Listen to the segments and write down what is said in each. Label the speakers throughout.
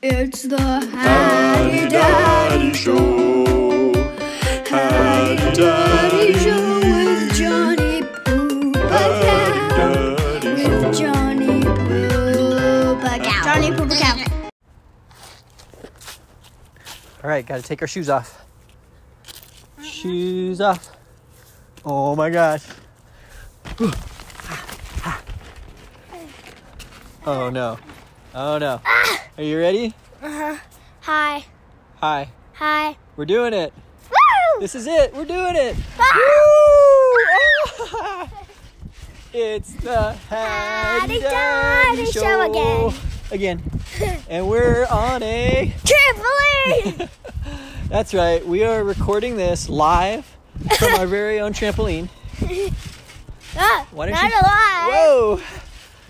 Speaker 1: It's the Hattie Daddy Show. Hattie Daddy Show with Johnny Poo Patel. With Johnny Poo Patel. Johnny Poo Patel.
Speaker 2: All right, gotta take our shoes off. Shoes off. Oh my gosh. Ooh. Ah, ah. Oh no. Oh no. Are you ready?
Speaker 3: Hi.
Speaker 2: Hi.
Speaker 3: Hi.
Speaker 2: We're doing it.
Speaker 3: Woo!
Speaker 2: This is it. We're doing it. Woo! Ah! It's the Hattie
Speaker 3: Hattie Daddy
Speaker 2: Daddy
Speaker 3: Show
Speaker 2: Show again. And we're on a.
Speaker 3: Trampoline!
Speaker 2: That's right. We are recording this live from our very own trampoline.
Speaker 3: ah,
Speaker 2: Why don't
Speaker 3: not
Speaker 2: you-
Speaker 3: alive.
Speaker 2: Whoa!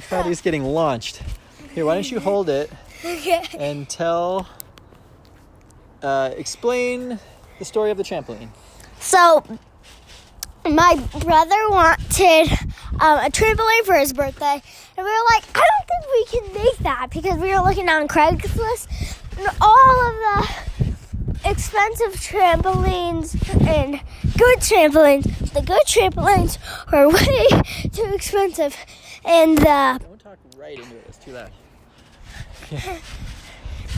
Speaker 2: Patty's getting launched. Here, why don't you hold it
Speaker 3: Okay.
Speaker 2: and tell, uh, explain the story of the trampoline.
Speaker 3: So, my brother wanted um, a trampoline for his birthday, and we were like, I don't think we can make that because we were looking on Craigslist and all of the expensive trampolines and good trampolines. The good trampolines are way too expensive, and the
Speaker 2: Don't talk right into it. It's too loud.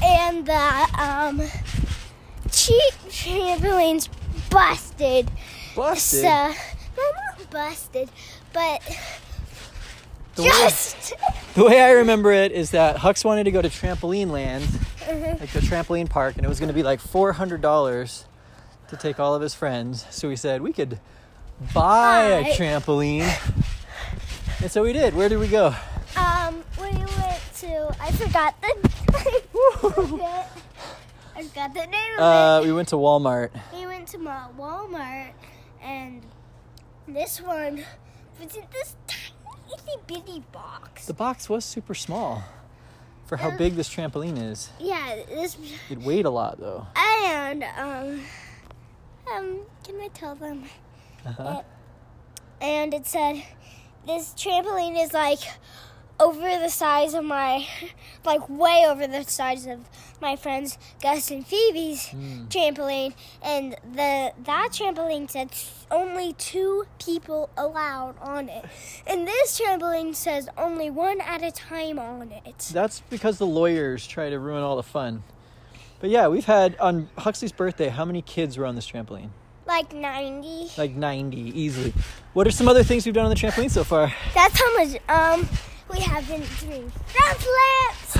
Speaker 3: and the um, cheap trampolines busted.
Speaker 2: Busted.
Speaker 3: So, no, not busted, but
Speaker 2: The way-
Speaker 3: just
Speaker 2: The way I remember it is that Hux wanted to go to trampoline land, like the trampoline park, and it was going to be like $400 to take all of his friends. So we said we could buy a
Speaker 3: Buy.
Speaker 2: trampoline. And so we did. Where did we go?
Speaker 3: um, we went to I forgot the I forgot the name of
Speaker 2: Uh, we went to Walmart.
Speaker 3: it. We went to Ma- Walmart, and this one was in this tiny itty bitty box.
Speaker 2: The box was super small for how
Speaker 3: Yeah.
Speaker 2: big this trampoline is.
Speaker 3: yeah, this
Speaker 2: It weighed a lot though.
Speaker 3: and um, um, can I tell them?
Speaker 2: Uh-huh.
Speaker 3: and it said this trampoline is like over the size of my like way over the size of my friends Gus and Phoebe's trampoline and the that trampoline said s- only two people allowed on it and this trampoline says only one at a time on it
Speaker 2: That's because the lawyers try to ruin all the fun. But yeah, we've had on Huxley's birthday, how many kids were on this trampoline?
Speaker 3: like 90
Speaker 2: Like 90 easily. What are some other things we've done on the trampoline so far?
Speaker 3: that's how much um we have been doing front flips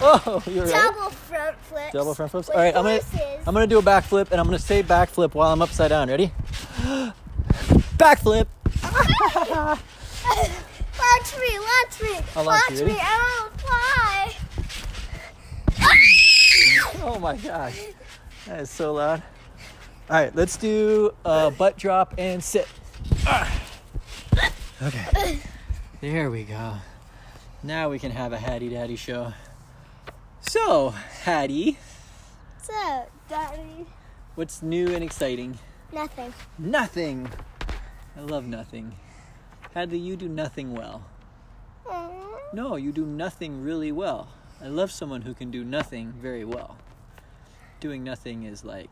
Speaker 2: oh, you're right.
Speaker 3: double front flips
Speaker 2: Double front flips.
Speaker 3: with
Speaker 2: All right, I'm gonna
Speaker 3: horses.
Speaker 2: I'm gonna do a backflip and I'm gonna say backflip while I'm upside down. Ready? Backflip.
Speaker 3: Launch me, launch me,
Speaker 2: I'll launch
Speaker 3: launch
Speaker 2: you,
Speaker 3: me,
Speaker 2: ready?
Speaker 3: I will fly.
Speaker 2: Oh my gosh, that is so loud. All right, let's do a butt drop and sit. Ah. Okay, there we go. Now we can have a Hattie Daddy show. So, Hattie,
Speaker 3: So, done.
Speaker 2: what's new and exciting?
Speaker 3: Nothing.
Speaker 2: Nothing. I love nothing. Hadley, you do nothing well.
Speaker 3: Aw.
Speaker 2: No, you do nothing really well. I love someone who can do nothing very well. Doing nothing is like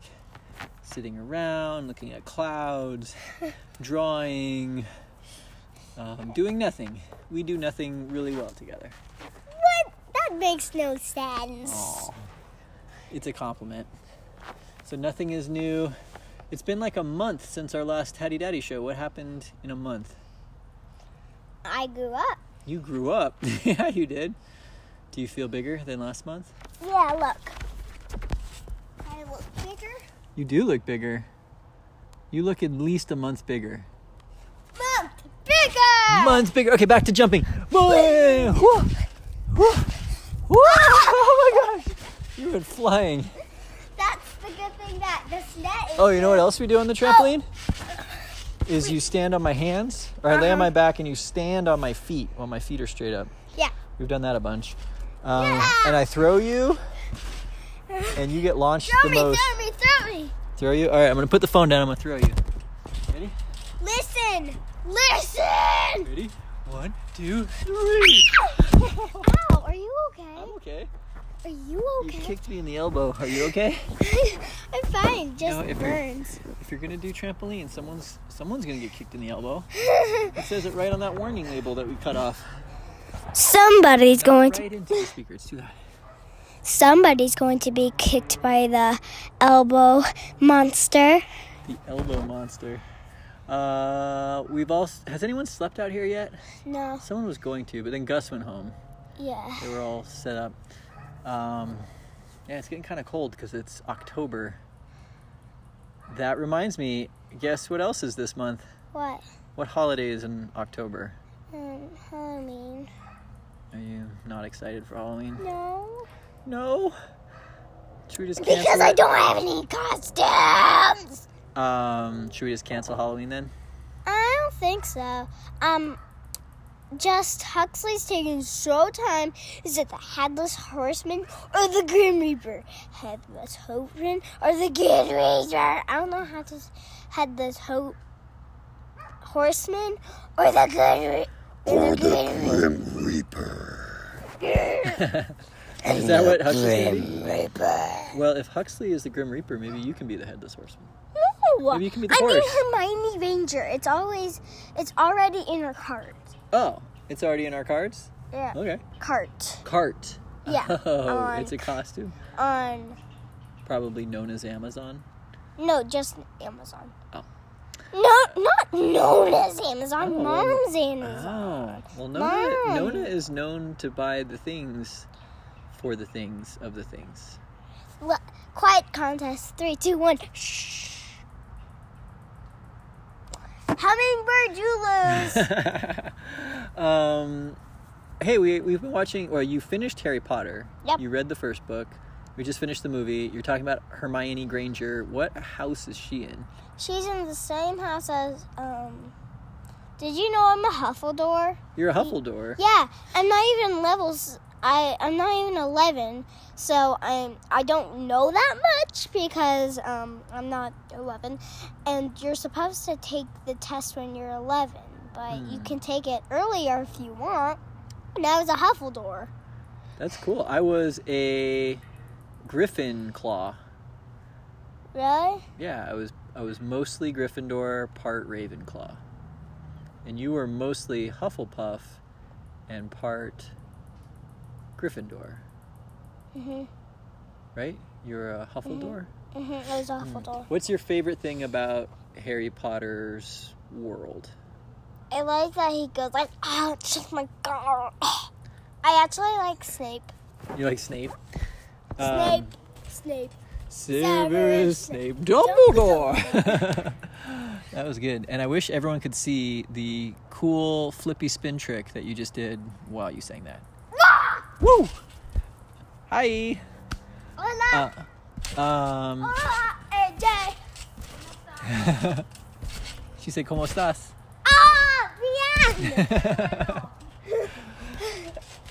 Speaker 2: sitting around, looking at clouds, drawing, um, doing nothing. We do nothing really well together.
Speaker 3: What? That makes no sense.
Speaker 2: It's a compliment. So, nothing is new. It's been like a month since our last Hattie Daddy show. What happened in a month?
Speaker 3: I grew up.
Speaker 2: You grew up. yeah, you did. Do you feel bigger than last month?
Speaker 3: Yeah, look. I look bigger.
Speaker 2: You do look bigger. You look at least a month bigger.
Speaker 3: Look, bigger!
Speaker 2: Month bigger. Okay, back to jumping. Boy! Whoa! Whoa! Whoa! Oh my gosh! You went flying.
Speaker 3: That's the good thing that this net is.
Speaker 2: Oh, you know what else we do on the trampoline? Is you stand on my hands, or I lay on my back and you stand on my feet while my feet are straight up.
Speaker 3: Yeah.
Speaker 2: We've done that a bunch. Um, And I throw you, and you get launched
Speaker 3: Throw
Speaker 2: the
Speaker 3: me,
Speaker 2: most.
Speaker 3: throw me, throw me.
Speaker 2: Throw you? All right, I'm gonna put the phone down. I'm gonna throw you. Ready?
Speaker 3: Listen, listen!
Speaker 2: Ready? One, two, three.
Speaker 3: Ow, are you okay?
Speaker 2: I'm okay.
Speaker 3: Are you
Speaker 2: You
Speaker 3: okay?
Speaker 2: kicked me in the elbow. Are you okay?
Speaker 3: I'm fine. Just
Speaker 2: No, if you're-
Speaker 3: burns.
Speaker 2: If you're gonna do trampoline, someone's someone's gonna get kicked in the elbow. It says it right on that warning label that we cut off.
Speaker 3: Somebody's going to
Speaker 2: Right into the speaker. It's too high.
Speaker 3: somebody's going to be kicked by the elbow monster.
Speaker 2: The elbow monster. Uh, we've all. Has anyone slept out here yet?
Speaker 3: No.
Speaker 2: Someone was going to, but then Gus went home.
Speaker 3: Yeah.
Speaker 2: They were all set up. Um, yeah, it's getting kind of cold because it's October. That reminds me. Guess what else is this month?
Speaker 3: What?
Speaker 2: What holiday is in October?
Speaker 3: Um, Halloween.
Speaker 2: Are you not excited for Halloween?
Speaker 3: No.
Speaker 2: No. Should we just cancel?
Speaker 3: Because I
Speaker 2: it?
Speaker 3: don't have any costumes.
Speaker 2: Um, should we just cancel Halloween then?
Speaker 3: I don't think so. Um, just Huxley's taking so time. Is it the headless horseman or the grim reaper? Headless horseman or the grim reaper? I don't know how to s- headless ho- horseman or the grim reaper.
Speaker 4: or the Grim Reaper.
Speaker 2: Is that what Huxley's gonna be?
Speaker 4: Grim Reaper.
Speaker 2: Well, if Huxley is the Grim Reaper, maybe you can be the Headless Horseman.
Speaker 3: No,
Speaker 2: Maybe you can be the
Speaker 3: I
Speaker 2: horse.
Speaker 3: mean Hermione Ranger. It's always, it's already in her cart.
Speaker 2: Oh, it's already in our cards?
Speaker 3: Yeah,
Speaker 2: Okay.
Speaker 3: cart.
Speaker 2: Cart.
Speaker 3: Yeah,
Speaker 2: Oh,
Speaker 3: on-
Speaker 2: it's a costume.
Speaker 3: On
Speaker 2: Probably known as Amazon.
Speaker 3: No, just Amazon.
Speaker 2: Oh.
Speaker 3: No, not known as Amazon.
Speaker 2: Oh.
Speaker 3: Mom's Amazon.
Speaker 2: Oh. Well, Nona,
Speaker 3: Mom.
Speaker 2: Nona is known to buy the things for the things of the things. Uh-huh.
Speaker 3: Look, quiet contest. Three, two, one. Shh. Hummingbird, you lose.
Speaker 2: um, hey, we, we've been watching, or you finished Harry Potter.
Speaker 3: Yep.
Speaker 2: You read the first book. We just finished the movie. You're talking about Hermione Granger. What house is she in?
Speaker 3: She's in the same house as um. Did you know I'm a Huffledore?
Speaker 2: You're a Huffledore.
Speaker 3: Yeah, I'm not even levels. I I'm not even 11, so I'm I don't know that much because um I'm not 11, and you're supposed to take the test when you're 11, but you can take it earlier if you want. And I was a Huffledore.
Speaker 2: That's cool. I was a Griffin Claw.
Speaker 3: Really?
Speaker 2: Yeah, I was I was mostly Gryffindor, part Ravenclaw. And you were mostly Hufflepuff and part Gryffindor,
Speaker 3: Mhm.
Speaker 2: right? You're a Huffledore.
Speaker 3: Mhm. I was a Huffledore.
Speaker 2: What's your favorite thing about Harry Potter's world?
Speaker 3: I like that he goes like, oh, it's just my god. I actually like Snape.
Speaker 2: You like Snape? Um,
Speaker 3: Snape. Snape.
Speaker 2: Severus
Speaker 3: Severus
Speaker 2: Snape Dumbledore. that was good. And I wish everyone could see the cool flippy spin trick that you just did while you sang that.
Speaker 3: Ah!
Speaker 2: Woo! Hi. Uh,
Speaker 3: Hola,
Speaker 2: Um,
Speaker 3: hola, AJ.
Speaker 2: she said, ¿Cómo estás?
Speaker 3: Ah, bien.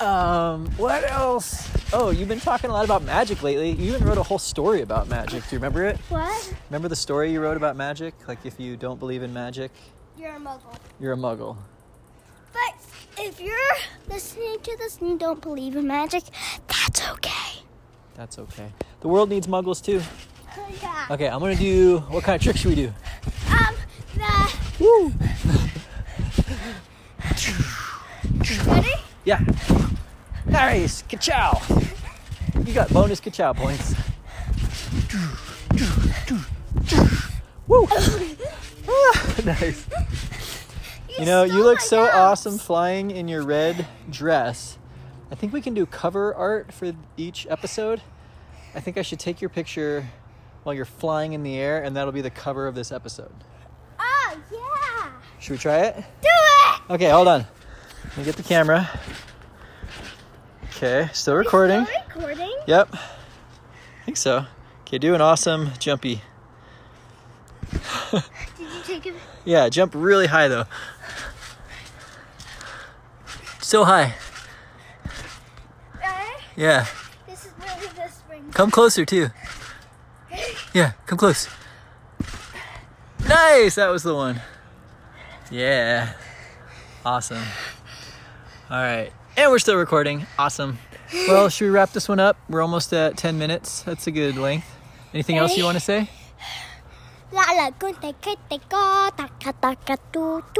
Speaker 2: Um, what else? Oh, you've been talking a lot about magic lately. You even wrote a whole story about magic. Do you remember it?
Speaker 3: What?
Speaker 2: Remember the story you wrote about magic? Like, if you don't believe in magic,
Speaker 3: You're a muggle.
Speaker 2: you're a muggle.
Speaker 3: But if you're listening to this and you don't believe in magic, that's okay.
Speaker 2: That's okay. The world needs muggles too.
Speaker 3: yeah.
Speaker 2: Okay, I'm gonna do. What kind of trick should we do?
Speaker 3: Um, the. Ready?
Speaker 2: Yeah. Nice. Ka-chow. You got bonus ka-chow points. Woo. Ah, nice. You know, you
Speaker 3: stole
Speaker 2: look
Speaker 3: my
Speaker 2: so
Speaker 3: mouse.
Speaker 2: awesome flying in your red dress. I think we can do cover art for each episode. I think I should take your picture while you're flying in the air, and that'll be the cover of this episode.
Speaker 3: Oh, yeah.
Speaker 2: Should we try it?
Speaker 3: Do it.
Speaker 2: Okay, hold on. Let me get the camera. Okay, still recording.
Speaker 3: Still recording?
Speaker 2: Yep. I think so. Okay, do an awesome jumpy.
Speaker 3: Did you take uh, it?
Speaker 2: Yeah, jump really high though. So high.
Speaker 3: Ready?
Speaker 2: Yeah.
Speaker 3: This is really the spring.
Speaker 2: Come closer too. Yeah, come close. Nice, that was the one. Yeah. Awesome. All right. And we're still recording. Awesome. Well, should we wrap this one up? We're almost at 10 minutes. That's a good length. Anything else you want to say?
Speaker 3: La lagoon, te, te, go, taka, taka, doo, doo.